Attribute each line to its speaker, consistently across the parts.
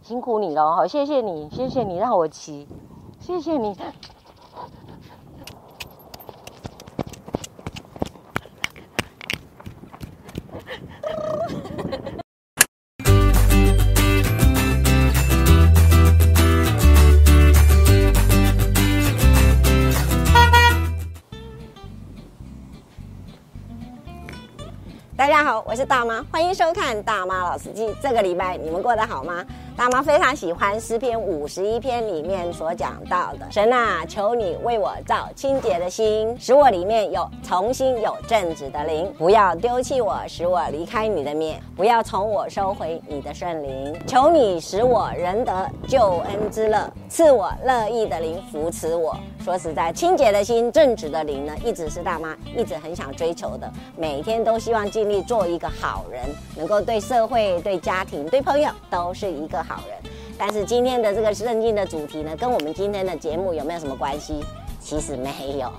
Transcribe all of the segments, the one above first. Speaker 1: 辛苦你了，好，谢谢你，谢谢你让我骑，谢谢你。
Speaker 2: 大家好，我是大妈，欢迎收看《大妈老司机》。这个礼拜你们过得好吗？大妈非常喜欢诗篇五十一篇里面所讲到的：“神啊，求你为我造清洁的心，使我里面有重新有正直的灵；不要丢弃我，使我离开你的面；不要从我收回你的圣灵。求你使我仁得救恩之乐，赐我乐意的灵扶持我。”说实在，清洁的心、正直的灵呢，一直是大妈一直很想追求的，每天都希望尽力做一个好人，能够对社会、对家庭、对朋友都是一个好人。但是今天的这个圣经的主题呢，跟我们今天的节目有没有什么关系？其实没有。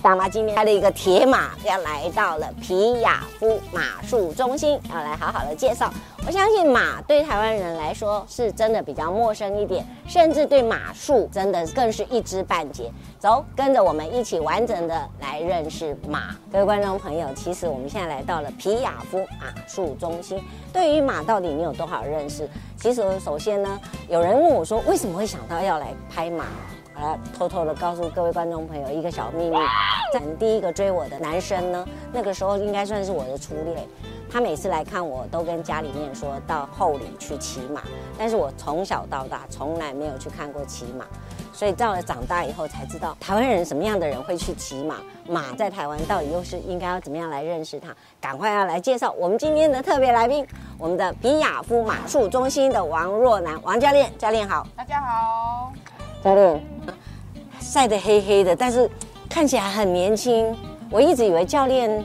Speaker 2: 大妈今天开了一个铁马，要来到了皮亚夫马术中心，要来好好的介绍。我相信马对台湾人来说是真的比较陌生一点，甚至对马术真的更是一知半解。走，跟着我们一起完整的来认识马。各位观众朋友，其实我们现在来到了皮亚夫马术中心，对于马到底你有多少认识？其实首先呢，有人问我说，为什么会想到要来拍马？好了，偷偷的告诉各位观众朋友一个小秘密，在第一个追我的男生呢，那个时候应该算是我的初恋。他每次来看我，都跟家里面说到后里去骑马，但是我从小到大从来没有去看过骑马，所以到了长大以后才知道台湾人什么样的人会去骑马，马在台湾到底又是应该要怎么样来认识它？赶快要来介绍我们今天的特别来宾，我们的比亚夫马术中心的王若楠王教练，教练好。
Speaker 3: 大家好，
Speaker 2: 教练，晒得黑黑的，但是看起来很年轻。我一直以为教练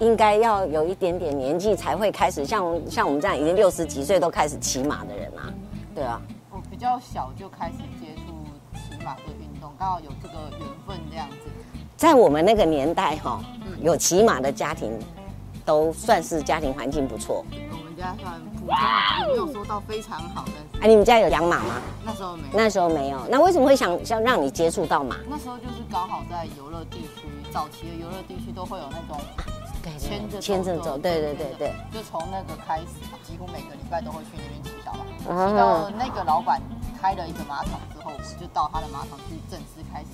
Speaker 2: 应该要有一点点年纪才会开始像像我们这样已经六十几岁都开始骑马的人啊，对啊，
Speaker 3: 我比较小就开始接触骑马这个运动，刚好有这个缘分这样子。
Speaker 2: 在我们那个年代哈、有骑马的家庭都算是家庭环境不错。
Speaker 3: 我们家算普通，也没有说到非常好，但是
Speaker 2: 哎、你们家有养马吗？
Speaker 3: 那时候没有。
Speaker 2: 那时候没有，那为什么会想想让你接触到马？
Speaker 3: 那时候就是刚好在游乐地区，早期的游乐地区都会有那种
Speaker 2: 对对对
Speaker 3: 牵着
Speaker 2: 牵着走，对对对对，，
Speaker 3: 就从那个开始，几乎每个礼拜都会去那边骑小马。
Speaker 2: 啊
Speaker 3: 骑到那个老板开了一个马场之后，我就到他的马场去正式开始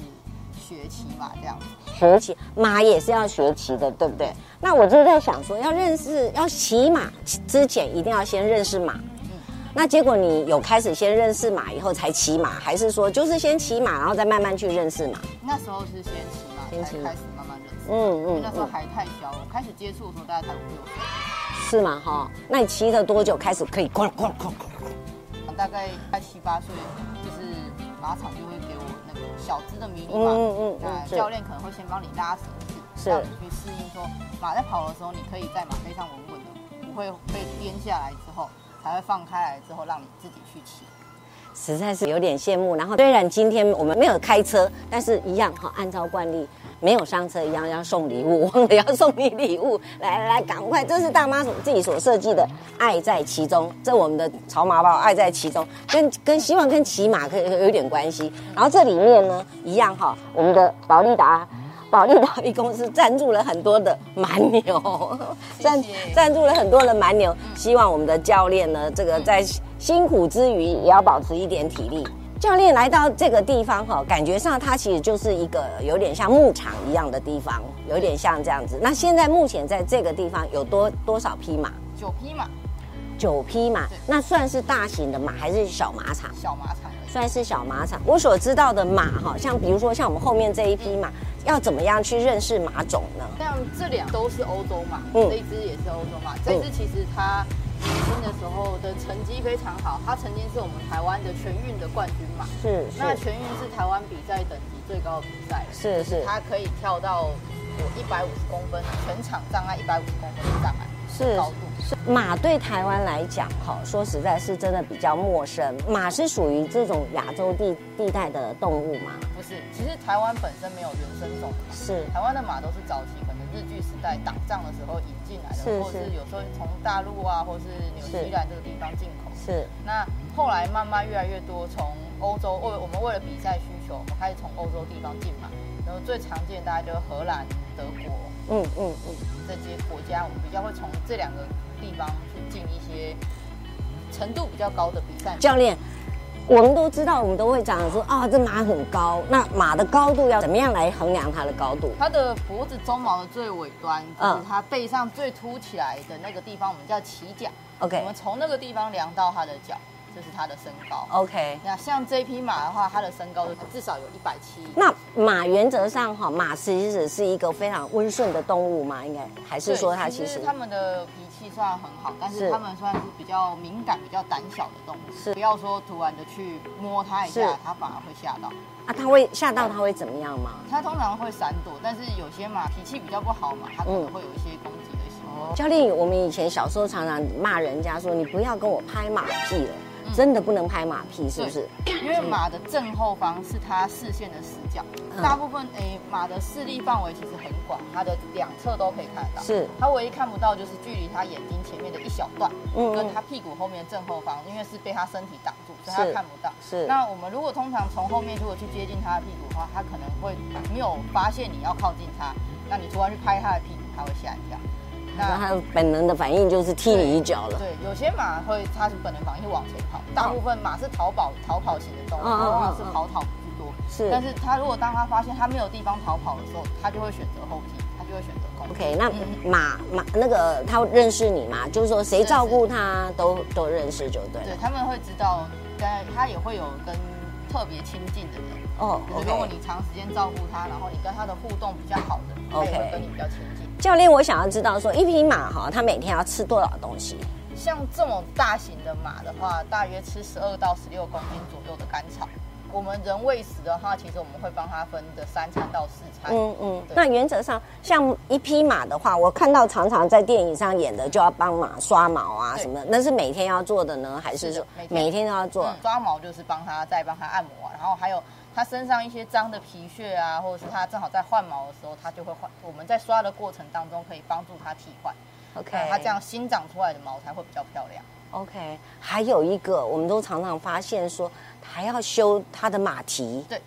Speaker 3: 学骑马这样子。
Speaker 2: 学骑马也是要学骑的，对不对？那我就在想说，要认识要骑马之前，一定要先认识马。那结果你有开始先认识马以后才骑马，还是说就是先骑马，然后再慢慢去认识马？
Speaker 3: 那时候是先骑马，
Speaker 2: 先骑
Speaker 3: 才
Speaker 2: 马
Speaker 3: 开始慢慢认识。
Speaker 2: 嗯
Speaker 3: 因为
Speaker 2: 嗯
Speaker 3: 那时候
Speaker 2: 嗯，
Speaker 3: 还太小，我开始接触的时候大概才五六岁，
Speaker 2: 是吗？哈，那你骑了多久开始可以哐哐哐哐？
Speaker 3: 大概在七八岁，就是马场就会给我那个小只的迷你马，
Speaker 2: 嗯嗯嗯
Speaker 3: 那
Speaker 2: 是
Speaker 3: 教练可能会先帮你拉绳
Speaker 2: 是
Speaker 3: 子，让你去适应说马在跑的时候，你可以在马背上稳稳的，不会被颠下来之后，才会放开来之后让你自己去骑。
Speaker 2: 实在是有点羡慕。然后虽然今天我们没有开车，但是一样哈，按照惯例没有上车一样要送礼物，忘了要送你礼物。来来来，赶快，这是大妈所自己所设计的“爱在其中”，这我们的潮麻包“爱在其中”跟跟希望跟骑马可以有一点关系。然后这里面呢，一样哈，我们的保利达。保利达一公司赞助了很多的蛮牛，
Speaker 3: 谢
Speaker 2: 赞
Speaker 3: 谢
Speaker 2: 赞助了很多的蛮牛，
Speaker 3: 嗯
Speaker 2: 希望我们的教练呢，这个在辛苦之余也要保持一点体力。教练来到这个地方哈、感觉上它其实就是一个有点像牧场一样的地方，有点像这样
Speaker 3: 嗯
Speaker 2: 子。那现在目前在这个地方有多多少匹马？
Speaker 3: 九匹马，
Speaker 2: 九匹马
Speaker 3: 对，
Speaker 2: 那算是大型的马还是小马场？
Speaker 3: 小马场而已。
Speaker 2: 算是小马场。我所知道的马哈、像比如说像我们后面这一匹马，要怎么样去认识马种呢？
Speaker 3: 像这两都是欧洲马，
Speaker 2: 嗯
Speaker 3: 这一只也是欧洲马。这一只其实它年轻的时候的成绩非常好，它曾经是我们台湾的全运的冠军马。
Speaker 2: 是
Speaker 3: 那全运是台湾比赛等级最高的比赛，
Speaker 2: 是是是
Speaker 3: 它可以跳到有一百五十公分，全场障碍一百五十公分的障碍
Speaker 2: 是
Speaker 3: 高度。
Speaker 2: 是马对台湾来讲，哈，说实在是真的比较陌生。马是属于这种亚洲地地带的动物吗？
Speaker 3: 不是，其实台湾本身没有原生种马，
Speaker 2: 是
Speaker 3: 台湾的马都是早期可能日据时代打仗的时候引进来的，
Speaker 2: 是
Speaker 3: 或者
Speaker 2: 是
Speaker 3: 是有时候从大陆啊，或是纽西兰这个地方进口。
Speaker 2: 是
Speaker 3: 那后来慢慢越来越多从欧洲，为我们为了比赛需求，我们开始从欧洲地方进买。然后最常见大概就是荷兰、德国
Speaker 2: 嗯嗯嗯，
Speaker 3: 这些国家，我们比较会从这两个地方去进一些程度比较高的比赛。
Speaker 2: 教练。我们都知道，我们都会讲说，哦，这马很高，那马的高度要怎么样来衡量它的高度？
Speaker 3: 它的脖子鬃毛的最尾端，就
Speaker 2: 嗯
Speaker 3: 是它背上最凸起来的那个地方，我们叫鳍甲。
Speaker 2: OK
Speaker 3: 我们从那个地方量到它的脚，就是它的身高。
Speaker 2: OK，
Speaker 3: 那像这匹马的话，它的身高至少有一百七，
Speaker 2: 那马原则上哈，马其实是一个非常温顺的动物嘛，应该还是
Speaker 3: 对
Speaker 2: 说它其实
Speaker 3: 他们的脾气虽然很好，但
Speaker 2: 是
Speaker 3: 是他们算是比较敏感、比较胆小的动物。
Speaker 2: 是
Speaker 3: 不要说突然的去摸它一
Speaker 2: 是
Speaker 3: 下，它反而会吓到。
Speaker 2: 啊，它会吓到它会怎么样吗？
Speaker 3: 它通常会闪躲，但是有些马脾气比较不好嘛，它可能
Speaker 2: 嗯哦
Speaker 3: 会有一些攻击的行为。
Speaker 2: 教练，我们以前小时候常常骂人家说你不要跟我拍马屁了，
Speaker 3: 嗯
Speaker 2: 真的不能拍马屁，是不是？
Speaker 3: 因为马的正后方是它视线的死角，
Speaker 2: 嗯
Speaker 3: 大部分诶、马的视力范围其实很广，它的两侧都可以看得到。
Speaker 2: 是，
Speaker 3: 它唯一看不到就是距离它眼睛前面的一小段，
Speaker 2: 嗯
Speaker 3: 跟它屁股后面正后方，因为是被它身体挡住，所以它
Speaker 2: 是
Speaker 3: 看不到。
Speaker 2: 是
Speaker 3: 那我们如果通常从后面如果去接近它的屁股的话，它可能会没有发现你要靠近它，那你突然去拍它的屁股，它会吓一跳。
Speaker 2: 然后它本能的反应就是踢你一脚了。
Speaker 3: 对，有些马会它是本能反应会往前跑，大部分马是逃跑逃跑型的动物，
Speaker 2: 嗯嗯嗯嗯
Speaker 3: 它往往是
Speaker 2: 嗯
Speaker 3: 跑跑居多。
Speaker 2: 是
Speaker 3: 但是它如果当它发现它没有地方逃跑的时候，它就会选择后踢，它就会选择攻击。
Speaker 2: OK，那
Speaker 3: 嗯
Speaker 2: 马马那个它认识你吗？就是说谁
Speaker 3: 认识
Speaker 2: 照顾它都都认识就对
Speaker 3: 对
Speaker 2: 了。
Speaker 3: 他们会知道，但它也会有跟特别亲近的人。
Speaker 2: 哦
Speaker 3: 就是如果
Speaker 2: ，OK。
Speaker 3: 你长时间照顾它，然后你跟它的互动比较好的，它
Speaker 2: OK
Speaker 3: 也会跟你比较亲近。
Speaker 2: 教练，我想要知道说一匹马哈，它每天要吃多少东西？
Speaker 3: 像这种大型的马的话，大约吃十二到十六公斤左右的干草。我们人喂食的话，其实我们会帮它分的三餐到四餐。
Speaker 2: 嗯嗯。
Speaker 3: 对
Speaker 2: 那原则上，像一匹马的话，我看到常常在电影上演的，就要帮马刷毛啊
Speaker 3: 对
Speaker 2: 什么的，那是每天要做的呢，还是
Speaker 3: 是的
Speaker 2: 说
Speaker 3: 每天
Speaker 2: 每天都要做？
Speaker 3: 嗯抓毛就是帮它再帮它按摩啊、然后还有它身上一些脏的皮屑啊，或者是它正好在换毛的时候，它就会换。我们在刷的过程当中，可以帮助它替换，
Speaker 2: OK，
Speaker 3: 那它这样新长出来的毛才会比较漂亮。
Speaker 2: OK，还有一个，我们都常常发现说，还要修它的马蹄。
Speaker 3: 对，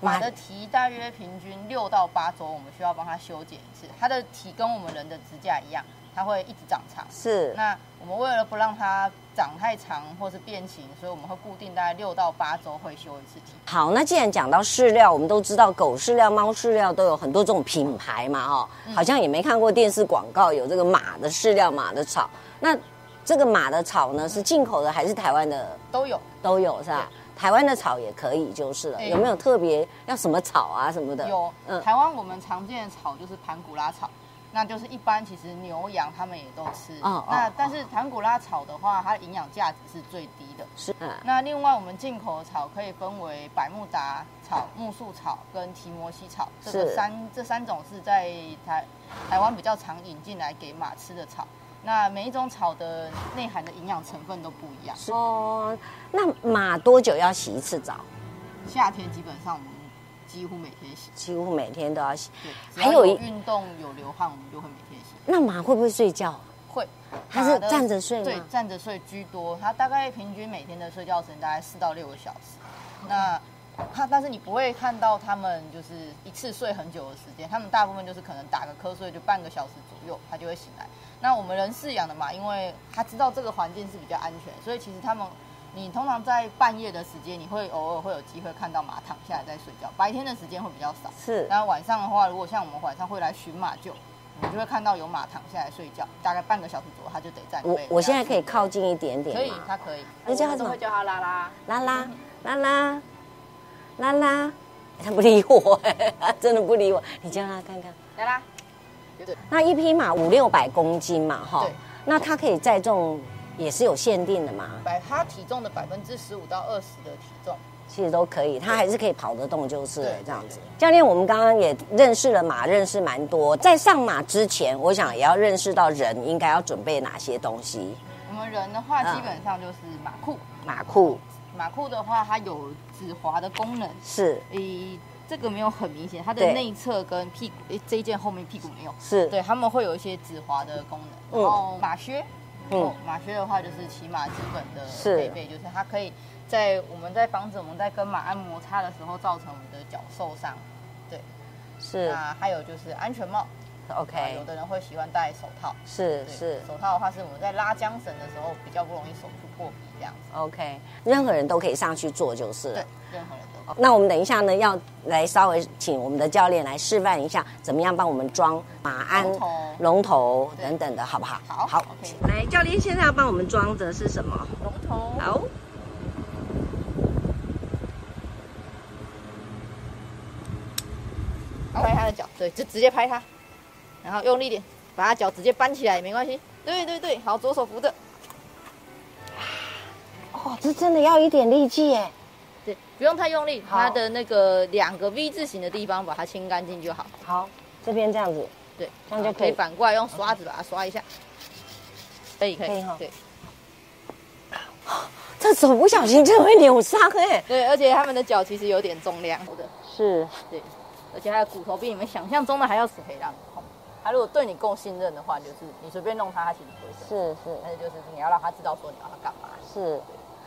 Speaker 2: 马
Speaker 3: 马的蹄大约平均六到八周，我们需要帮它修剪一次。它的蹄跟我们人的指甲一样，它会一直长长。
Speaker 2: 是
Speaker 3: 那我们为了不让它长太长或是变形，所以我们会固定大概六到八周会修一次蹄。
Speaker 2: 好。那既然讲到饲料，我们都知道狗饲料、猫饲料都有很多这种品牌嘛，哦，
Speaker 3: 嗯
Speaker 2: 好像也没看过电视广告有这个马的饲料、马的草。那这个马的草呢，是进口的还是台湾的
Speaker 3: 都有，
Speaker 2: 都有是吧？台湾的草也可以就是了。
Speaker 3: 对
Speaker 2: 有没有特别要什么草啊什么的？
Speaker 3: 有，台湾我们常见的草就是盘古拉草，那就是一般其实牛羊它们也都吃。
Speaker 2: 哦哦
Speaker 3: 那
Speaker 2: 哦
Speaker 3: 但是盘古拉草的话，它的营养价值是最低的。
Speaker 2: 是嗯
Speaker 3: 那另外，我们进口的草可以分为百慕达草、木树草跟提摩西草，这
Speaker 2: 是
Speaker 3: 个三这三种是在台台湾比较常引进来给马吃的草。那每一种草的内含的营养成分都不一样。
Speaker 2: 哦，那马多久要洗一次澡？
Speaker 3: 夏天基本上我们几乎每天洗，
Speaker 2: 几乎每天都要洗。
Speaker 3: 对，只
Speaker 2: 还
Speaker 3: 要
Speaker 2: 有
Speaker 3: 有
Speaker 2: 一
Speaker 3: 运动有流汗，我们就会每天洗。
Speaker 2: 那马会不会睡觉？
Speaker 3: 会，
Speaker 2: 它是
Speaker 3: 马的
Speaker 2: 站着睡吗
Speaker 3: 对，站着睡居多。它大概平均每天的睡觉时间大概四到六个小时。那它，但是你不会看到它们就是一次睡很久的时间，它们大部分就是可能打个瞌睡就半个小时左右，它就会醒来。那我们人饲养的马，因为它知道这个环境是比较安全，所以其实它们。你通常在半夜的时间，你会偶尔会有机会看到马躺下来在睡觉，白天的时间会比较少。
Speaker 2: 是
Speaker 3: 然后晚上的话，如果像我们晚上会来巡马厩，我们就会看到有马躺下来睡觉，大概半个小时左右，它就得站
Speaker 2: 我
Speaker 3: 位。
Speaker 2: 我现在可以靠近一点点
Speaker 3: 可以
Speaker 2: 吗，？
Speaker 3: 它可以。
Speaker 2: 那叫它
Speaker 3: 我
Speaker 2: 什么
Speaker 3: 都会叫它拉嗯拉。
Speaker 2: 拉拉拉拉拉拉，哎它不理我、哎它真的不理我。你叫它看看。
Speaker 3: 拉拉。
Speaker 2: 那一匹马五六百公斤嘛，哈
Speaker 3: 对，
Speaker 2: 那它可以载重也是有限定的嘛，
Speaker 3: 百它体重的百分之十五到二十的体重，
Speaker 2: 其实都可以，它还是可以跑得动就是了
Speaker 3: 对
Speaker 2: 这样子。教练，我们刚刚也认识了马，认识蛮多。在上马之前，我想也要认识到人应该要准备哪些东西，
Speaker 3: 我们人的话
Speaker 2: 嗯
Speaker 3: 基本上就是马裤，
Speaker 2: 马裤
Speaker 3: 马裤的话它有止滑的功能，
Speaker 2: 是
Speaker 3: 以这个没有很明显，它的
Speaker 2: 对
Speaker 3: 内侧跟屁股诶这一件后面屁股没有，
Speaker 2: 是，
Speaker 3: 对，他们会有一些止滑的功能。
Speaker 2: 嗯
Speaker 3: 然后马靴，
Speaker 2: 嗯
Speaker 3: 嗯，马靴的话就是骑马基本的
Speaker 2: 是
Speaker 3: 配备，就是它可以在我们在防止我们在跟马鞍摩擦的时候造成我们的脚受伤。
Speaker 2: 是
Speaker 3: 那还有就是安全帽，啊
Speaker 2: ，OK，
Speaker 3: 有的人会喜欢戴手套，
Speaker 2: 是
Speaker 3: 对
Speaker 2: 是
Speaker 3: 手套的话是我们在拉缰绳的时候比较不容易手去破皮这样子。
Speaker 2: ，OK，任何人都可以上去做就是哦了
Speaker 3: 对。，任何人都可以。
Speaker 2: 那我们等一下呢，要来稍微请我们的教练来示范一下，怎么样帮我们装马鞍
Speaker 3: 龙头、
Speaker 2: 龙头
Speaker 3: 对
Speaker 2: 等等的，好不好？
Speaker 3: 好
Speaker 2: 好
Speaker 3: OK。
Speaker 2: 来，教练现在要帮我们装的是什么？
Speaker 3: 龙头，
Speaker 2: 好，
Speaker 3: 拍他的脚，对，就直接拍他，然后用力点，把他脚直接搬起来也没关系。对对对，好，左手扶着，
Speaker 1: 哦，这真的要一点力气耶。
Speaker 3: 对，不用太用力，它的那个两个 V 字形的地方把它清干净就好。
Speaker 1: 好，
Speaker 2: 这边这样子，
Speaker 3: 对，
Speaker 1: 这样就
Speaker 3: 然后
Speaker 1: 可以
Speaker 3: 反过来用刷子把它刷一下。可以可以，
Speaker 1: 可以哈
Speaker 3: 对
Speaker 2: 这手不小心就会扭伤哎。
Speaker 3: 对，而且他们的脚其实有点重量的，
Speaker 1: 是
Speaker 3: 对，而且它的骨头比你们想象中的还要死黑啦。它如果对你够信任的话，就是你随便弄它，它其实不会生。
Speaker 1: 是是
Speaker 3: 但是就是你要让它知道说你要它干嘛。
Speaker 1: 是，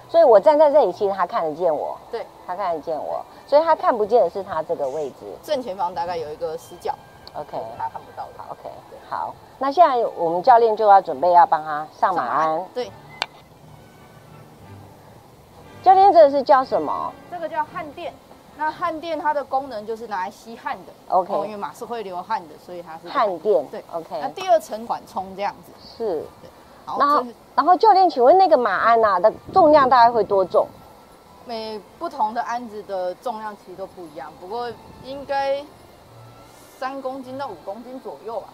Speaker 1: 所以我站在这里，其实他看得见我，
Speaker 3: 对，
Speaker 1: 他看得见我，所以他看不见的是他这个位置。
Speaker 3: 正前方大概有一个死角，
Speaker 1: OK
Speaker 3: 他看不到它。
Speaker 1: OK，好，那现在我们教练就要准备要帮他上马鞍。
Speaker 3: 对，
Speaker 1: 教练这个是叫什么？
Speaker 3: 这个叫汗垫。那汗垫它的功能就是拿来吸汗的。
Speaker 1: OK
Speaker 3: 哦因为马是会流汗的，所以它是
Speaker 1: 汗垫。
Speaker 3: 对那
Speaker 2: 啊
Speaker 1: ，OK，
Speaker 3: 第二层缓冲这样子。
Speaker 1: 是。
Speaker 2: 哦
Speaker 3: 好，
Speaker 1: 然后
Speaker 3: 这是，
Speaker 1: 然后教练，请问那个马鞍啊的重量大概会多重？
Speaker 3: 每不同的鞍子的重量其实都不一样，不过应该三公斤到五公斤左右吧。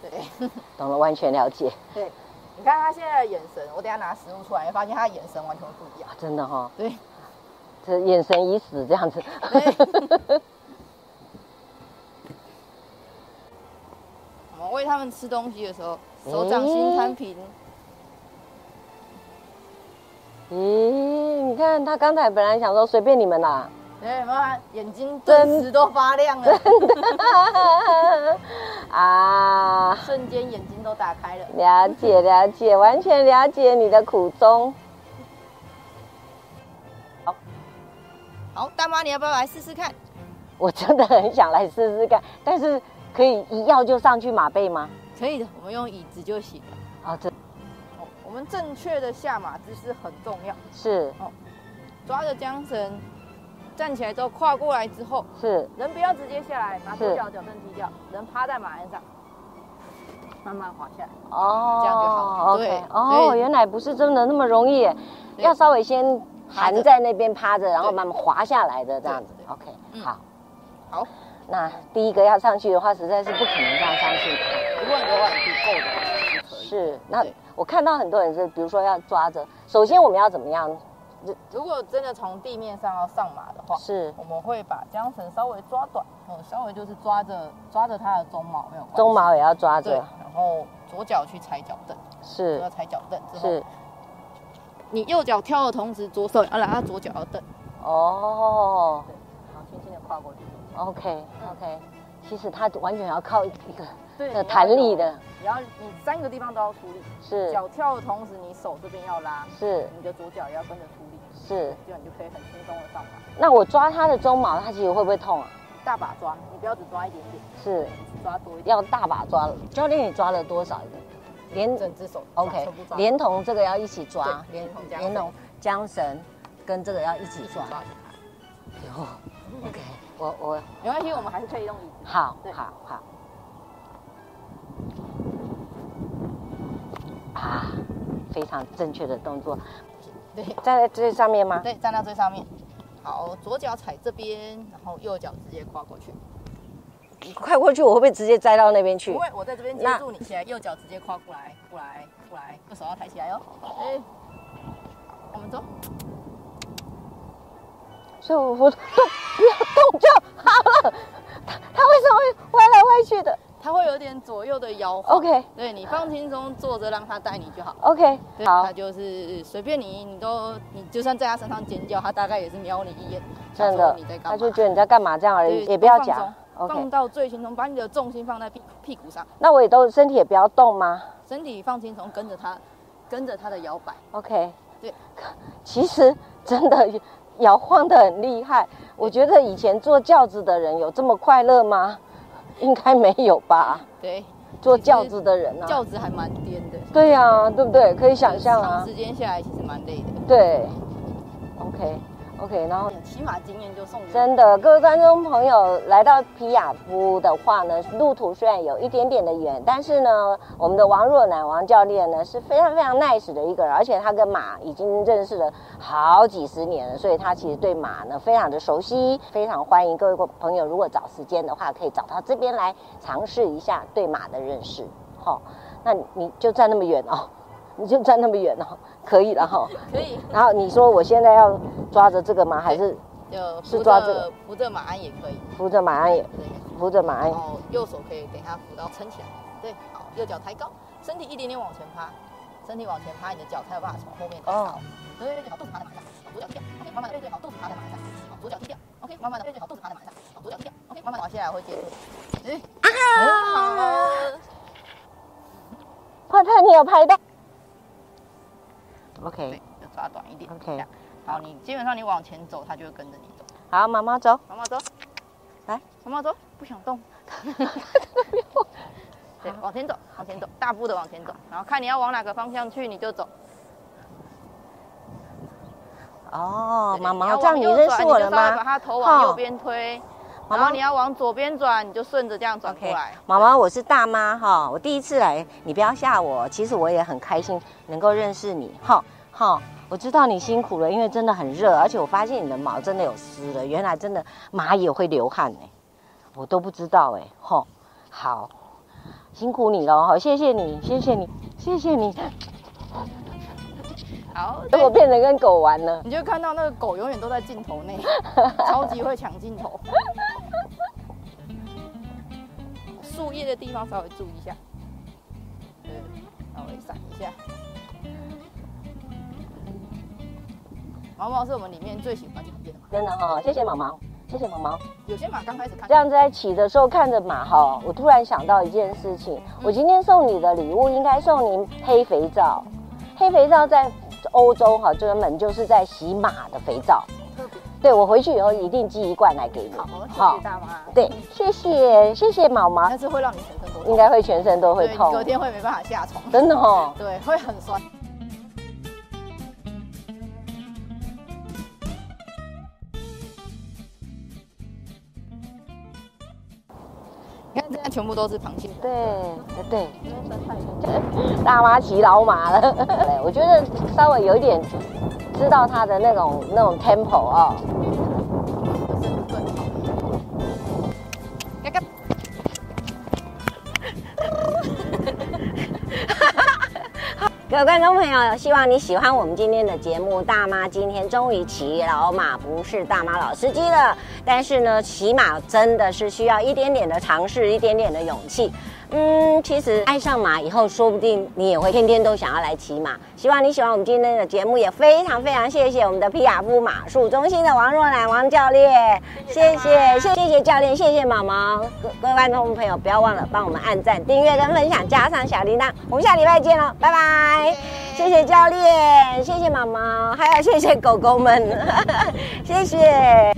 Speaker 3: 对，
Speaker 1: 懂了，完全了解，
Speaker 3: 对。 你看他现在的眼神，我等一下拿食物出来，会发现他的眼神完全不一样。
Speaker 1: 真的哈、哦，
Speaker 3: 对，
Speaker 1: 这眼神已死这样子。
Speaker 3: 对我们喂他们吃东西的时候，手掌心摊平，
Speaker 1: 嗯咦，你看他刚才本来想说随便你们啦，
Speaker 3: 对，有没有看眼睛顿时都发亮了，
Speaker 1: 啊，
Speaker 3: 瞬间眼睛都打开了。
Speaker 1: 了解了解，完全了解你的苦衷。
Speaker 3: 好，大妈，你要不要来试试看？
Speaker 1: 我真的很想来试试看，但是可以一要就上去马背吗？
Speaker 3: 可以的，我们用椅子就行了。
Speaker 1: 哦，这
Speaker 3: 哦我们正确的下马姿势很重要，
Speaker 1: 是
Speaker 3: 抓着缰绳，站起来之后跨过来之后，
Speaker 1: 是
Speaker 3: 人不要直接下来，把
Speaker 1: 是
Speaker 3: 手脚脚跟踢掉，人趴在马鞍上，慢慢滑下来。
Speaker 1: 哦，
Speaker 3: 这样就好
Speaker 1: OK，
Speaker 3: 对
Speaker 1: 哦，
Speaker 3: 所以
Speaker 1: 原来不是真的那么容易耶，
Speaker 3: 对
Speaker 1: 要稍微先
Speaker 3: 趴
Speaker 1: 含
Speaker 3: 着
Speaker 1: 在那边趴着，然后
Speaker 3: 对
Speaker 1: 慢慢滑下来的这样子
Speaker 3: 对。对
Speaker 1: OK，
Speaker 3: 嗯
Speaker 1: 好。
Speaker 3: 好，
Speaker 1: 那第一个要上去的话，实在是不可能这样上去的。
Speaker 3: 一万个万足够的话是可以。
Speaker 1: 是，那
Speaker 3: 对
Speaker 1: 我看到很多人是，比如说要抓着，首先我们要怎么样？
Speaker 3: 如果真的从地面上要上马的话，
Speaker 1: 是
Speaker 3: 我们会把缰绳稍微抓短，哦，稍微就是抓着抓着它的鬃毛没有关系。
Speaker 1: 鬃毛也要抓
Speaker 3: 对
Speaker 1: 着，，
Speaker 3: 然后左脚去踩脚蹬，左
Speaker 1: 是
Speaker 3: 脚踩脚蹬之后，
Speaker 1: 是，
Speaker 3: 你右脚跳的同时，左手要拉左脚要蹬，
Speaker 1: 哦
Speaker 3: 然后轻轻的跨过去。
Speaker 1: ，OK OK，其实它完全要靠一个
Speaker 3: 对
Speaker 1: 的弹力，的，
Speaker 3: 你要你三个地方都要出力，
Speaker 1: 是
Speaker 3: 脚跳的同时，你手这边要拉，
Speaker 1: 是
Speaker 3: 你的左脚也要跟着出力，
Speaker 1: 是。
Speaker 3: 这样你就可以很轻松的上马。
Speaker 1: 那我抓它的鬃毛，它其实会不会痛啊？
Speaker 3: 大把抓，你不要只抓一点点，
Speaker 1: 是
Speaker 3: 你只抓多一点，
Speaker 1: 要大把抓了。教练，你抓了多少个？连
Speaker 3: 整只手抓
Speaker 1: OK，
Speaker 3: 全部抓
Speaker 1: 连同这个要一起抓，
Speaker 3: 对
Speaker 1: 连
Speaker 3: 连同缰绳
Speaker 1: 连同缰绳跟这个要一起抓。
Speaker 3: 抓起来。
Speaker 1: 哟 OK，我我
Speaker 3: 没关系，我们还是可以用椅子。
Speaker 1: 好
Speaker 3: 对
Speaker 1: 好好。啊，非常正确的动作，
Speaker 3: 对
Speaker 1: 站在最上面吗？
Speaker 3: 对，站到最上面。好，左脚踩这边，然后右脚直接跨过去。
Speaker 1: 快过去，我会不会直接栽到那边去
Speaker 3: 不？会，我在这边接
Speaker 1: 那
Speaker 3: 住你，起来，右脚直接跨过来，过来，过来，右手要抬起来哦。哎、好我们走。
Speaker 1: 所以我我不要动就好了。他他为什么会歪来歪去的？
Speaker 3: 它会有点左右的摇晃。
Speaker 1: OK
Speaker 3: 对你放轻松坐着，让它带你就好。
Speaker 1: OK，
Speaker 3: 对，
Speaker 1: 好
Speaker 3: 它，就是随便你，你都你就算在它身上尖叫，它大概也是瞄你一眼，
Speaker 1: 真
Speaker 3: 想说
Speaker 1: 的
Speaker 3: 你在，干
Speaker 1: 他
Speaker 3: 嘛？
Speaker 1: 就觉得你在干嘛这样而
Speaker 3: 对
Speaker 1: 已，也不要
Speaker 3: 都放
Speaker 1: 讲
Speaker 3: 松。放
Speaker 1: OK，
Speaker 3: 到最轻松，把你的重心放在屁屁股上，
Speaker 1: 那我也都身体也不要动吗
Speaker 3: 身体放轻松，跟着它，跟着它的摇摆。
Speaker 1: ？OK，
Speaker 3: 对，
Speaker 1: 其实真的摇晃的很厉害。我觉得以前坐轿子的人有这么快乐吗？ 应该没有吧，
Speaker 3: 对，
Speaker 1: 坐轿子的人啊。
Speaker 3: 轿子还蛮颠的，
Speaker 1: 嗯对呀、对不对？可以想象
Speaker 3: 长
Speaker 1: 啊
Speaker 3: 时。间下来其实蛮累的。
Speaker 1: 对，OK OK，然后
Speaker 3: 起码经验就送人。
Speaker 1: 真的，各位观众朋友，来到皮亚夫的话呢，路途虽然有一点点的远，但是呢，我们的王若楠王教练呢是非常非常 nice 的一个人，而且他跟马已经认识了好几十年了，所以他其实对马呢非常的熟悉，非常欢迎各位朋友，如果找时间的话，可以找到这边来尝试一下对马的认识。好、那你你就站那么远哦，你就站那么远哦，可以了哈、
Speaker 3: 可以，
Speaker 1: 然后你说我现在要抓着这个吗？还是
Speaker 3: 就是扶
Speaker 1: 抓这个
Speaker 3: 着扶着马鞍也可以，
Speaker 1: 扶着马鞍也
Speaker 3: 对，
Speaker 1: 扶着马鞍
Speaker 3: 然？后右手可以给它扶到撑起来，对，好，右脚抬高，身体一点点往前趴，身体往前趴，你的脚才有办法从后面抬
Speaker 1: 哦
Speaker 3: 高。对对对，好，肚子趴在马上，好，左脚踢掉，OK，慢慢的，对对，好，肚子趴在马上，好，左脚踢掉，OK，慢慢的，对对，好，肚子趴在马上，好，左脚踢掉，OK，慢慢的，往下来会接住，哎，很好。
Speaker 1: 快哎看，你有拍到？OK，
Speaker 3: 对，就抓短一点。
Speaker 1: OK
Speaker 3: 这样好，你基本上你往前走，它就会跟着你走。
Speaker 1: 好，妈妈走。
Speaker 3: 毛毛走，
Speaker 1: 来，
Speaker 3: 毛毛走，不 想动。对，往前走，往前走，大步的往前走，然后看你要往哪个方向去，你就走。
Speaker 1: 哦
Speaker 3: 对，
Speaker 1: 妈
Speaker 3: 要
Speaker 1: 妈，
Speaker 3: 往
Speaker 1: 这样你
Speaker 3: 右
Speaker 1: 认
Speaker 3: 转
Speaker 1: 识我
Speaker 3: 你
Speaker 1: 了
Speaker 3: 就稍微把
Speaker 1: 吗？
Speaker 3: 它头往
Speaker 1: 哦
Speaker 3: 右边推，
Speaker 1: 妈
Speaker 3: 然
Speaker 1: 妈
Speaker 3: 后你要往左边转，你就顺着这样转过来。
Speaker 1: 妈妈，我是大妈哈，我第一次来，你不要吓我。其实我也很开心能够认识你哈哈。我知道你辛苦了，因为真的很热，而且我发现你的毛真的有湿了，原来真的马也会流汗呢、我都不知道哎、哈。好，辛苦你了哈，谢谢你，谢谢你，谢谢 你。
Speaker 3: 好，
Speaker 1: 我
Speaker 3: 对
Speaker 1: 变得跟狗玩了。
Speaker 3: 你就看到那个狗永远都在镜头 内，超级会抢镜头。树叶的地方稍微注意一下，对，稍微闪一下。毛毛是我们里面最喜欢体验的嘛，
Speaker 1: 真的哈、谢谢毛毛，谢谢毛毛。
Speaker 3: 有些马刚开始看
Speaker 1: 这，样在骑的时候看着马哈，我突然想到一件事情，
Speaker 3: 嗯
Speaker 1: 我今天送你的礼物应该送你黑肥皂，黑肥皂在欧洲哈专门就是在洗马的肥皂，
Speaker 3: 特别
Speaker 1: 对我回去以后一定寄一罐来给你，
Speaker 3: 好，谢谢大妈。
Speaker 1: 对，谢谢谢谢毛毛，
Speaker 3: 但是会让你全身都
Speaker 1: 应
Speaker 3: 痛，
Speaker 1: 该会全身都会
Speaker 3: 嗯对，你
Speaker 1: 痛
Speaker 3: 隔，天会没办法下床，
Speaker 1: 真的哦，
Speaker 3: 对，会很酸。你看，现在全部都是螃蟹，
Speaker 1: 对对。
Speaker 3: 因为生态多
Speaker 1: 大妈骑老马了。 对，我觉得稍微有一点知道他的那种那种 tempo 哦。
Speaker 3: 就是更好。嘎嘎，
Speaker 2: 各位观众朋友，希望你喜欢我们今天的节目。大妈今天终于骑老马，不是大妈老司机了。但是呢，骑马真的是需要一点点的尝试，一点点的勇气。嗯，其实爱上马以后，说不定你也会天天都想要来骑马。希望你喜欢我们今天的节目，也非常非常谢谢我们的皮亚夫马术中心的王若兰王教练，谢谢谢谢教练，谢谢毛毛。各各位观众朋友，不要忘了帮我们按赞、订阅跟分享，加上小铃铛。我们下礼拜见喽，拜拜。谢谢 教练，谢谢毛毛，还有谢谢狗狗们，谢谢。